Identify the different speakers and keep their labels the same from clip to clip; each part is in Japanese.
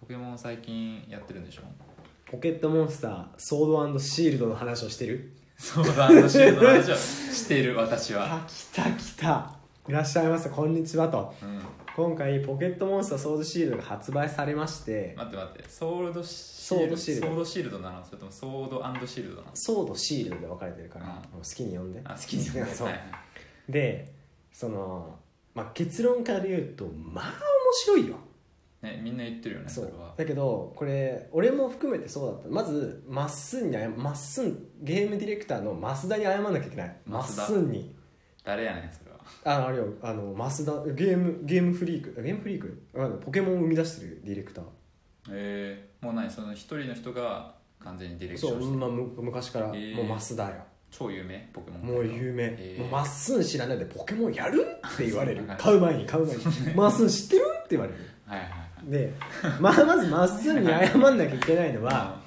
Speaker 1: ポケモン最近やってるんでしょ
Speaker 2: ポケットモンスターソードシールドの話をしてる
Speaker 1: そうだ、あのシールドの話を している私は。
Speaker 2: あ来た来たいらっしゃいませこんにちはと
Speaker 1: うん。
Speaker 2: 今回ポケットモンスターソードシールドが発売されまして
Speaker 1: 待って待って、ソールドシ
Speaker 2: ソ
Speaker 1: ー
Speaker 2: ー
Speaker 1: ルド
Speaker 2: ドシールド
Speaker 1: ソードシールドなのそれともソードアンドシールドなの
Speaker 2: ソードシールドで分かれてるから、
Speaker 1: うん
Speaker 2: もう好きに読んで
Speaker 1: あ、好きですね。
Speaker 2: そう
Speaker 1: はい
Speaker 2: でその、まあ、結論から言うとまあ面白いよ
Speaker 1: ね、みんな言ってるよね、
Speaker 2: そ
Speaker 1: そうれは。
Speaker 2: だけどこれ俺も含めてそうだったまずまっすんに謝まっすんゲームディレクターの増田に謝んなきゃいけないまっ
Speaker 1: 増田
Speaker 2: すんに
Speaker 1: 誰やねん、それは。
Speaker 2: ああれよあの増田ゲームゲームフリークあゲームフリークあのポケモンを生み出してるディレクター
Speaker 1: えー、もう何、その一人の人が完全にディレクシ
Speaker 2: そ
Speaker 1: ョン
Speaker 2: う、
Speaker 1: してる
Speaker 2: まあ、む昔からもう
Speaker 1: へえ
Speaker 2: 増田よ、
Speaker 1: 超有名ポケモン
Speaker 2: もう有名、
Speaker 1: えー
Speaker 2: もうまっすん知らないでポケモンやるって言われる
Speaker 1: そんな感じ
Speaker 2: 買う前に買う 前にまっすん知ってるって言われる
Speaker 1: はいはいはい
Speaker 2: で、まあ、まずまっすんに謝んなきゃいけないのは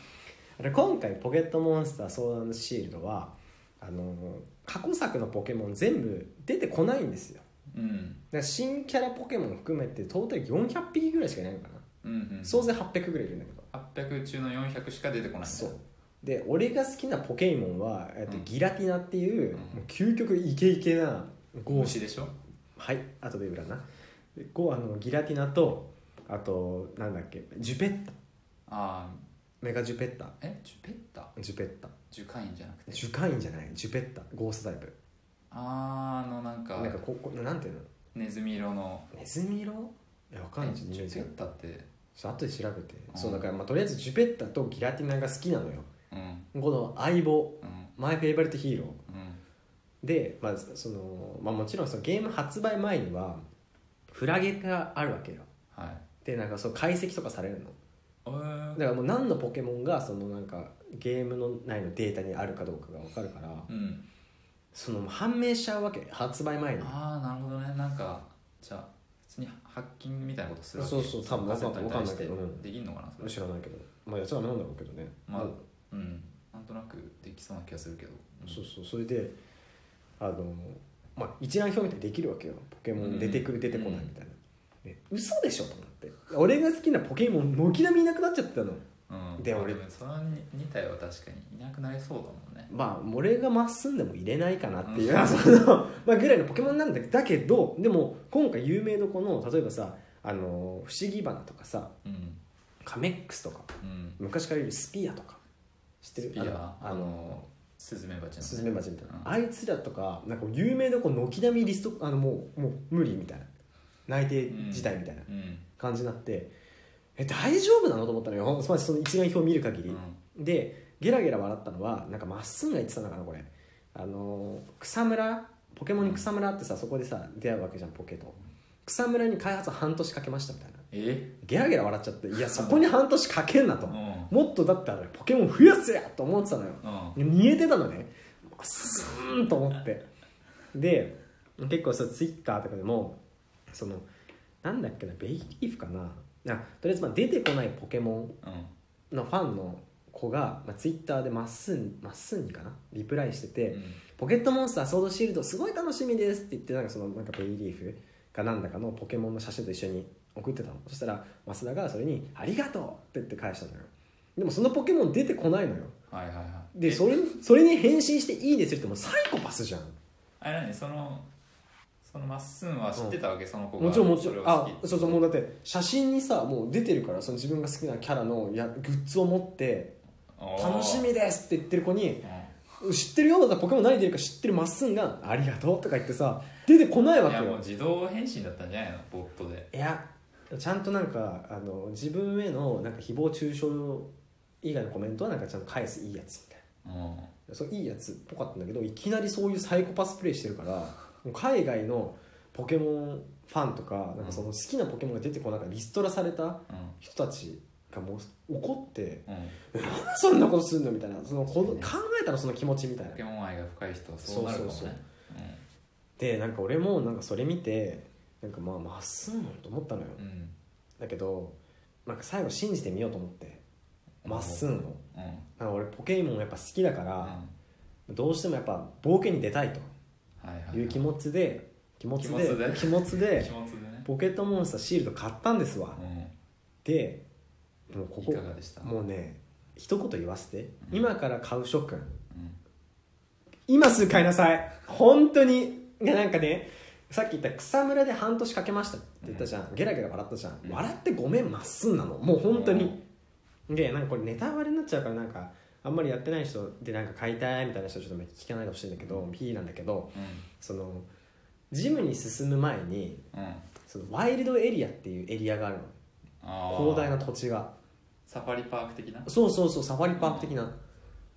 Speaker 2: あれ今回ポケットモンスター相談のシールドはあの過去作のポケモン全部出てこないんですよ
Speaker 1: うん
Speaker 2: だから新キャラポケモン含めてトータル400匹ぐらいしかいないのかな
Speaker 1: うんうん
Speaker 2: 総勢800ぐらいいるんだけど
Speaker 1: 800中の400しか出てこないんだ
Speaker 2: そうで俺が好きなポケモンは、えっと
Speaker 1: うん
Speaker 2: ギラティナってい
Speaker 1: うん
Speaker 2: う,、もう究極イケイケなゴー
Speaker 1: 虫でしょ
Speaker 2: はい後で裏なでゴーあのギラティナとあとなんだっけジュペッタ
Speaker 1: ああ
Speaker 2: メガジュペッタ
Speaker 1: えジュペッタ
Speaker 2: ジュペッタ
Speaker 1: 樹海院じゃなくて
Speaker 2: ジュカインじゃないジュペッタゴーストタイプ
Speaker 1: あーあのなんか
Speaker 2: なんかここなんていうの
Speaker 1: ネズミ色の
Speaker 2: ネズミ色いやわかんない
Speaker 1: え
Speaker 2: ちょっとイ
Speaker 1: ジ
Speaker 2: メー
Speaker 1: ュ
Speaker 2: ジ
Speaker 1: ペ
Speaker 2: が
Speaker 1: ッタって
Speaker 2: ちょっと後で調べて
Speaker 1: うん
Speaker 2: そうだからまあとりあえずジュペッタとギラティナが好きなのよ
Speaker 1: うん
Speaker 2: この相棒
Speaker 1: うん
Speaker 2: マイフェイバリットヒーロ
Speaker 1: うん
Speaker 2: ーでまあそのまあもちろんそのゲーム発売前にはフラゲがあるわけよ
Speaker 1: はい
Speaker 2: でなんかそう解析とかされるの
Speaker 1: えー
Speaker 2: だからもう何のポケモンがそのなんかゲームの内のデータにあるかどうかが分かるから
Speaker 1: うん
Speaker 2: その判明しちゃうわけ発売前に
Speaker 1: ああなるほどねなんかじゃあ普通にハッキングみたいなことするわけ
Speaker 2: そうそう多分
Speaker 1: カセットに
Speaker 2: わかん
Speaker 1: 対
Speaker 2: ない
Speaker 1: し
Speaker 2: け
Speaker 1: て
Speaker 2: どうん
Speaker 1: できんのかなそれ
Speaker 2: 知らないけどまあやつはなんだろうけどね
Speaker 1: まあうんなんとなくできそうな気がするけどうん
Speaker 2: そうそうそれであの、まあ、一覧表みたいにできるわけよポケモ
Speaker 1: うん
Speaker 2: ン出てくる出てこないみたいな、で嘘でしょと思って俺が好きなポケモン軒並みいなくなっちゃってたの
Speaker 1: うん、
Speaker 2: で俺
Speaker 1: もその2体は確かにいなくなりそうだもんね
Speaker 2: まあ俺がまっすんでも入れないかなっていう、
Speaker 1: うん
Speaker 2: そのまあぐらいのポケモンなんだけどだけどでも今回有名どこの例えばさあの不思議花とかさ
Speaker 1: うん
Speaker 2: カメックスとか
Speaker 1: うん
Speaker 2: 昔からいるスピアとか知ってる
Speaker 1: スピア
Speaker 2: あのあ
Speaker 1: あ
Speaker 2: の
Speaker 1: のスズメバチのね
Speaker 2: スズメバチみたいな、
Speaker 1: うん
Speaker 2: あいつらとかなんか有名どこ軒並みリストあのもうもう無理みたいな内定事態みたいな
Speaker 1: うん
Speaker 2: 感じになって、え大丈夫なのと思ったのよつまりその一覧表を見る限
Speaker 1: う
Speaker 2: り
Speaker 1: ん、
Speaker 2: でゲラゲラ笑ったのはなんかまっすぐが言ってたのかなこれあのー草むらポケモンに草むらってさそこでさ出会うわけじゃんポケと草むらに開発半年かけましたみたいな
Speaker 1: え
Speaker 2: ゲラゲラ笑っちゃっていやそこに半年かけんなと、
Speaker 1: うんうん
Speaker 2: もっとだったらポケモン増やせやと思ってたのよ
Speaker 1: うん
Speaker 2: 見えてたのねまっすーんと思ってで結構そうツイッターとかでもそのなんだっけなベイリーフかなあとりあえずまあ出てこないポケモンのファンの子が、まあ、ツイッターでまっすんまっすんにかなリプライしてて、ポケットモンスターソードシールドすごい楽しみです」って言ってなんかそのなんかベイリーフかなんだかのポケモンの写真と一緒に送ってたのそしたら増田がそれに「ありがとう!」って言って返したのよでもそのポケモン出てこないのよ
Speaker 1: はいはいはい
Speaker 2: で
Speaker 1: え
Speaker 2: それそれに返信していいですよってもうサイコパスじゃん
Speaker 1: あれ何そのそのまっすんは知ってたわけ、その子が
Speaker 2: もちろんもちろん
Speaker 1: それを
Speaker 2: あ
Speaker 1: 好き
Speaker 2: そうそうもうだって写真にさもう出てるからその自分が好きなキャラのやグッズを持って「
Speaker 1: おー
Speaker 2: 楽しみです」って言ってる子に
Speaker 1: うん
Speaker 2: 「知ってるよだからポケモン何出るか知ってるまっすんがありがとう」とか言ってさ出てこないわ
Speaker 1: い
Speaker 2: け
Speaker 1: やもう
Speaker 2: よ
Speaker 1: 自動返信だったんじゃないのボットで
Speaker 2: いやちゃんとなんかあの自分へのなんか誹謗中傷以外のコメントはなんかちゃんと返すいいやつみたいな。
Speaker 1: うん
Speaker 2: そういいやつっぽかったんだけどいきなりそういうサイコパスプレイしてるからもう海外のポケモンファンとかなんかその好きなポケモンが出てこなくてリストラされた
Speaker 1: うん
Speaker 2: 人たちがもう怒って
Speaker 1: うん
Speaker 2: 「えなんでそんなことすんの?」みたいなそのこの考えたらその気持ちみたいな
Speaker 1: ポケモン愛が深い人はそうなるかもね
Speaker 2: そうそうそう
Speaker 1: うん
Speaker 2: でなんか俺もなんかそれ見てなんかまあまっすぐなのと思ったのよ
Speaker 1: うん
Speaker 2: だけどなんか最後信じてみようと思ってまっすぐを
Speaker 1: うんうん
Speaker 2: なんか俺ポケモンやっぱ好きだからどうしてもやっぱ冒険に出たいと
Speaker 1: はいはい、はい、
Speaker 2: いう気持ちで気持ちで
Speaker 1: 気持ちで
Speaker 2: 気持ち
Speaker 1: 気
Speaker 2: で
Speaker 1: 持ちでね
Speaker 2: ポケットモンスターシールド買ったんですわ
Speaker 1: うん
Speaker 2: でもうこ
Speaker 1: い
Speaker 2: こ
Speaker 1: かがでした
Speaker 2: もうね一言言わせて今から買う諸君
Speaker 1: うん
Speaker 2: 今すぐ買いなさい本当にいやなんかねさっき言った草むらで半年かけましたって言ったじゃん、ゲラゲラ笑ったじゃん、
Speaker 1: うん
Speaker 2: 笑ってごめんまっすんなのもう本当に、でなんかこれネタバレになっちゃうからなんかあんまりやってない人でなんか買いたいみたいな人はちょっと聞かないでほしいんだけど P なんだけどそのジムに進む前に
Speaker 1: うんうん
Speaker 2: そのワイルドエリアっていうエリアがある
Speaker 1: あ
Speaker 2: の
Speaker 1: ー
Speaker 2: 広大な土地が
Speaker 1: サファリパーク的な
Speaker 2: そうそうそうサファリパーク的な、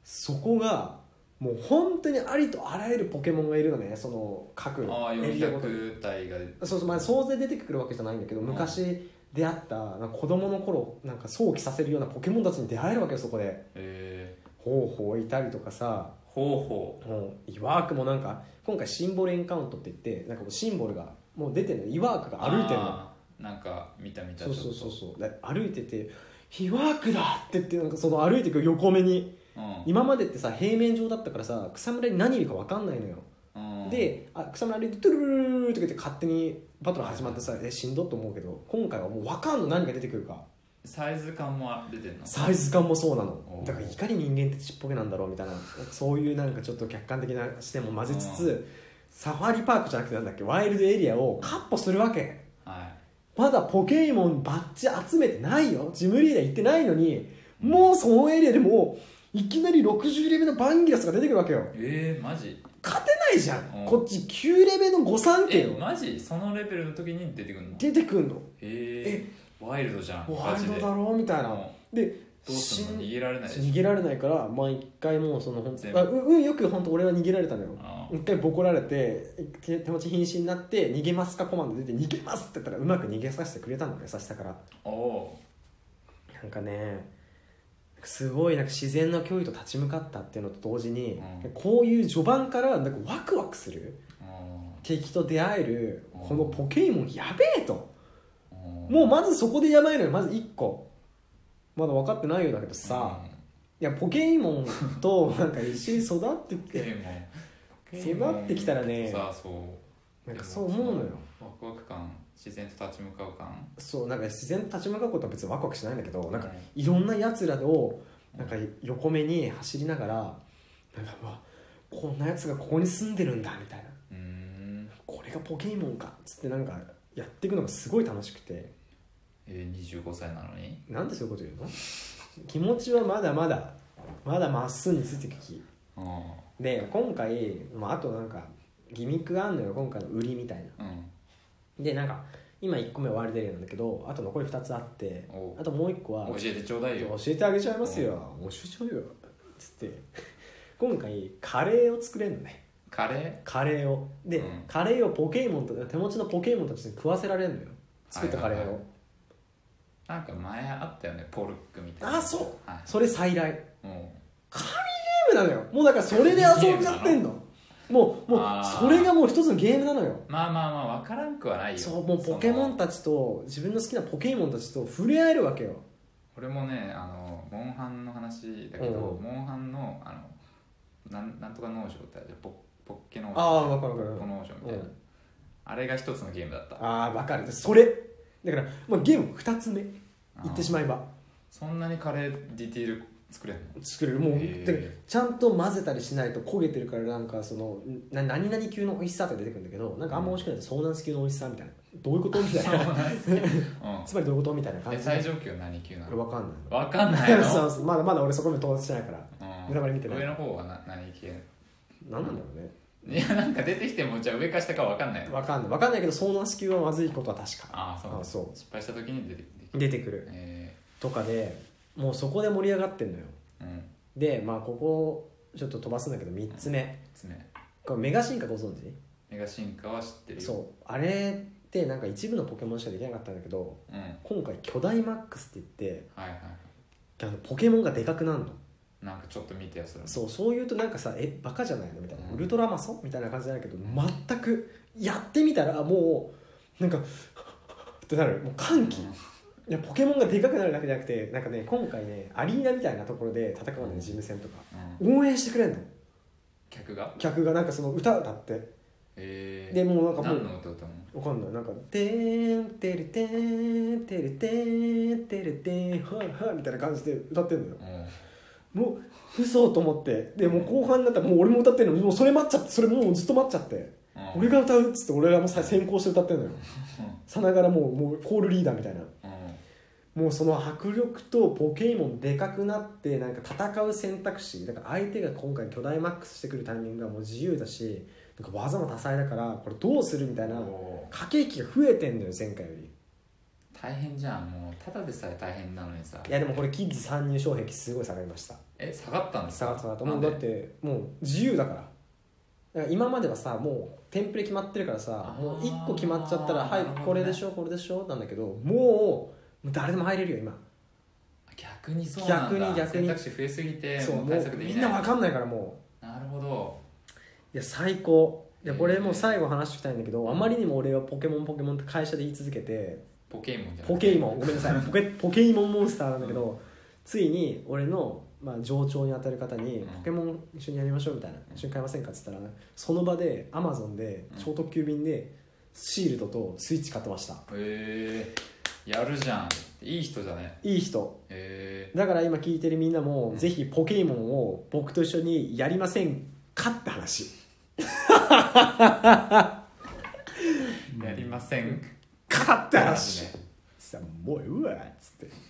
Speaker 2: そこがもう本当にありとあらゆるポケモンがいるのねその各
Speaker 1: ああ
Speaker 2: エリアごとに
Speaker 1: 400体が
Speaker 2: そうそうまあ総勢出てくるわけじゃないんだけど
Speaker 1: うん
Speaker 2: 昔出会ったなんか子供の頃なんか想起させるようなポケモンたちに出会えるわけよそこで
Speaker 1: えー、
Speaker 2: ほうほういたりとかさ
Speaker 1: ほうほ
Speaker 2: もうイワークもなんか今回シンボルエンカウントって言ってなんかもうシンボルがもう出てるのイワーク
Speaker 1: う
Speaker 2: が歩いてるの
Speaker 1: あーなんか見た見た
Speaker 2: そうそうそう
Speaker 1: ちょ
Speaker 2: そうで歩いてて「イワークだ!」って言ってなんかその歩いてく横目に
Speaker 1: っとうん
Speaker 2: 今までってさ平面上だったからさ草むらに何いるか分かんないのよ、
Speaker 1: うん
Speaker 2: であ草むら歩いてトゥルルルルルルって言って勝手にバトル始まってさ、えしんどっと思うけど今回はもう分かんの何が出てくるか
Speaker 1: サイズ感も出てんの
Speaker 2: サイズ感もそうなの
Speaker 1: おー
Speaker 2: だからいかに人間ってちっぽけなんだろうみたいなそういうなんかちょっと客観的な視点も混ぜつつ、
Speaker 1: う
Speaker 2: サファリパークじゃなくてなんだっけワイルドエリアをカッポするわけ
Speaker 1: は
Speaker 2: まだポケモンバッジ集めてないよジムリーダー行ってないのにもうそのエリアでもういきなり60レベルのバンギラスが出てくるわけよ
Speaker 1: いえー、マジ
Speaker 2: 勝てないじゃん、
Speaker 1: うん
Speaker 2: こっち9レベルの誤算
Speaker 1: え
Speaker 2: 点を
Speaker 1: マジそのレベルの時に出てくんの
Speaker 2: 出てくんの
Speaker 1: えー、ワイルドじゃん
Speaker 2: ワイルドだ
Speaker 1: ろ
Speaker 2: ろうみたいな
Speaker 1: ど
Speaker 2: で
Speaker 1: うすんの
Speaker 2: 死ん
Speaker 1: 逃げられないでしょ
Speaker 2: 逃げられないからまあ一回もうその本
Speaker 1: 全
Speaker 2: 当
Speaker 1: 部
Speaker 2: あう運よく本当俺は逃げられたのよ
Speaker 1: あー
Speaker 2: 一回ボコられて手手持ち瀕死になって逃げますかコマンド出て逃げますって言ったらうまく逃げさせてくれたの優しさから
Speaker 1: お
Speaker 2: なんかねすごいなんか自然の脅威と立ち向かったっていうのと同時に、
Speaker 1: うん
Speaker 2: こういう序盤からなんかワクワクする
Speaker 1: ーお
Speaker 2: 敵と出会える
Speaker 1: うん
Speaker 2: このポケモンやべえと
Speaker 1: ーおー
Speaker 2: もうまずそこでやばいのよまず1個まだ分かってないようだけどさ、
Speaker 1: う
Speaker 2: い
Speaker 1: ん
Speaker 2: やポケモンとなんか一緒に育ってき
Speaker 1: ポケ
Speaker 2: て
Speaker 1: モン
Speaker 2: 迫ってきたらね
Speaker 1: さあそう
Speaker 2: なんかそう思うのよ
Speaker 1: ワクワク感自然と立ち向かう感
Speaker 2: そうなんか自然と立ち向かうことは別にワクワクしないんだけどなんか
Speaker 1: うん
Speaker 2: いろんなやつらをなんか横目に走りながらなんかうわこんなやつがここに住んでるんだみたいな
Speaker 1: うーん
Speaker 2: これがポケモンかっつってなんかやっていくのがすごい楽しくて
Speaker 1: えー、25歳なのに
Speaker 2: なんでそういうこと言うの気持ちはまだまだまだまっすぐについてくき
Speaker 1: ああ
Speaker 2: で今回、まあ、あとなんかギミックがあんのよ今回の売りみたいな
Speaker 1: うん
Speaker 2: でなんか今1個目終わりでるんだけどあと残り2つあって
Speaker 1: おう
Speaker 2: あともう1個は
Speaker 1: 教えてちょうだい
Speaker 2: 教
Speaker 1: よ
Speaker 2: えてあげちゃいますよ教えちゃうよつって今回カレーを作れるのね
Speaker 1: カレ
Speaker 2: カレーをで、
Speaker 1: うん
Speaker 2: カレーをポケモンと手持ちのポケモンたちに食わせられるのよ作ったカレーを、
Speaker 1: はいはいはーなんか前あったよねポルックみたいな
Speaker 2: あそう
Speaker 1: はい
Speaker 2: それ再来ゲ
Speaker 1: も
Speaker 2: ームなのよもうだからそれで遊んじゃってんのもうも
Speaker 1: あ
Speaker 2: う
Speaker 1: ー
Speaker 2: それがもう一つのゲームなのよ
Speaker 1: うまあまあまあ分からんくはないよ
Speaker 2: そうもうポケモ
Speaker 1: そ
Speaker 2: ン
Speaker 1: の
Speaker 2: たちと自分の好きなポケモンたちと触れ合えるわけよ
Speaker 1: 俺もねあのモンハンの話だけど
Speaker 2: おう
Speaker 1: モンハンのあのなんなんとか農場ってあるじゃんポッポッケ農場
Speaker 2: ああ分かる分
Speaker 1: ポッ
Speaker 2: か
Speaker 1: コ
Speaker 2: る
Speaker 1: 農場みたいな、
Speaker 2: うん
Speaker 1: あれが一つのゲームだった
Speaker 2: ああ分かるそれだから、まあ、ゲーム2つ目
Speaker 1: あー
Speaker 2: 言ってしまえば
Speaker 1: そんなにカレーディティール作れんの
Speaker 2: 作れるもう
Speaker 1: へー
Speaker 2: だからちゃんと混ぜたりしないと焦げてるからなんかそのな何々級の美味しさって出てくるんだけどなんかあんま美味しくないと遭難級の美味しさみたいなどういうことみたいなつまりどういうことみたいな
Speaker 1: うん
Speaker 2: 感
Speaker 1: え
Speaker 2: じ
Speaker 1: 最
Speaker 2: で
Speaker 1: 上級何級なの
Speaker 2: 分かんない
Speaker 1: 分かんないの
Speaker 2: そうそうまだまだ俺そこまで到達してないから
Speaker 1: うん
Speaker 2: 裏張り見てない
Speaker 1: 上の方はな何系
Speaker 2: 何なんだろうね
Speaker 1: いやなんか出てきてもじゃあ上か下か分かんないの
Speaker 2: 分かんない分かんないけど遭難級はまずいことは確か
Speaker 1: ああそう
Speaker 2: あそ
Speaker 1: 失敗した時に出てきて
Speaker 2: う出てくる
Speaker 1: え
Speaker 2: とかでもうそこで盛り上がってんのよ
Speaker 1: ー、うん
Speaker 2: でまあここちょっと飛ばすんだけど3つ目
Speaker 1: 3つ目
Speaker 2: これメガ進化ご存知
Speaker 1: メガ進化は知ってるよ
Speaker 2: そうあれってなんか一部のポケモンしかできなかったんだけど
Speaker 1: う、ん、はい
Speaker 2: 今回巨大マックスって言って
Speaker 1: はい
Speaker 2: あのポケモンがでかくなるの
Speaker 1: なんかちょっと見てよそれ
Speaker 2: そうそう言うとなんかさえバカじゃないのみたいな、
Speaker 1: うん
Speaker 2: ウルトラマソみたいな感じなんだけど全くやってみたらもうなんかってなるもう歓喜、いやポケモンがでかくなるだけじゃなくてなんかね今回ねアリーナみたいなところで戦うの
Speaker 1: う
Speaker 2: ね
Speaker 1: ん
Speaker 2: ジム戦とか
Speaker 1: うん、
Speaker 2: 応援してくれんの
Speaker 1: 客が
Speaker 2: 客がなんかその歌歌って
Speaker 1: えへえ
Speaker 2: でもうなんかも
Speaker 1: 何
Speaker 2: う
Speaker 1: の歌歌うの
Speaker 2: わかんないなんか「てーんてるてーんてるてーんてるてーんはあはあ」みたいな感じで歌ってんのよ
Speaker 1: うん
Speaker 2: もう嘘と思ってでもう後半になったらもう俺も歌ってるのにもうそれ待っちゃってそれもうずっと待っちゃって
Speaker 1: うん
Speaker 2: 俺が歌うっつって俺がもうさ先行して歌ってんのよさながらもうもうコールリーダーみたいな
Speaker 1: うんうん
Speaker 2: もうその迫力とポケモンでかくなってなんか戦う選択肢だから相手が今回巨大マックスしてくるタイミングがもう自由だしなんか技も多彩だからこれどうするみたいな
Speaker 1: おー
Speaker 2: 駆け引きが増えてんのよ前回より
Speaker 1: 大変じゃんもうただでさえ大変なのにさ
Speaker 2: いやでもこれキッズ参入障壁すごい下がりました
Speaker 1: え下がったんです
Speaker 2: 下がったなと思う
Speaker 1: な
Speaker 2: だ
Speaker 1: んで
Speaker 2: ってもう自由だからだから今まではさもうテンプレ決まってるからさ
Speaker 1: あー
Speaker 2: もう1個決まっちゃったら「はい
Speaker 1: なるほどね
Speaker 2: これでしょこれでしょ」なんだけどもうもう誰でも入れるよ今
Speaker 1: 逆にそうなんだ
Speaker 2: 逆に逆に
Speaker 1: 選択肢増えすぎて
Speaker 2: そう
Speaker 1: もう
Speaker 2: も
Speaker 1: 対策
Speaker 2: う
Speaker 1: で
Speaker 2: み
Speaker 1: き
Speaker 2: ん
Speaker 1: な
Speaker 2: ないわかんないからも
Speaker 1: なるほど
Speaker 2: ういや最高でこれも
Speaker 1: へー
Speaker 2: う最後話しておきたいんだけどあまりにも俺はポケモンポケモンって会社で言い続けて
Speaker 1: ポケモンじゃなくて
Speaker 2: ポケイモンごめん なさいポケポケイモンモンスターなんだけど、ついに俺の、まあ、上長に当たる方に
Speaker 1: うん
Speaker 2: 「ポケモン一緒にやりましょう」みたいな「一緒に買いませんか?」っつったらその場でアマゾンで
Speaker 1: うん
Speaker 2: 超特急便でシールドとスイッチ買ってました
Speaker 1: へえやるじゃんいい人じゃね
Speaker 2: いい人
Speaker 1: へえ
Speaker 2: だから今聞いてるみんなも、
Speaker 1: うん
Speaker 2: ぜひポケイモンを僕と一緒にやりませんかって話
Speaker 1: やりません
Speaker 2: かって
Speaker 1: あ
Speaker 2: 話さもうええわっつって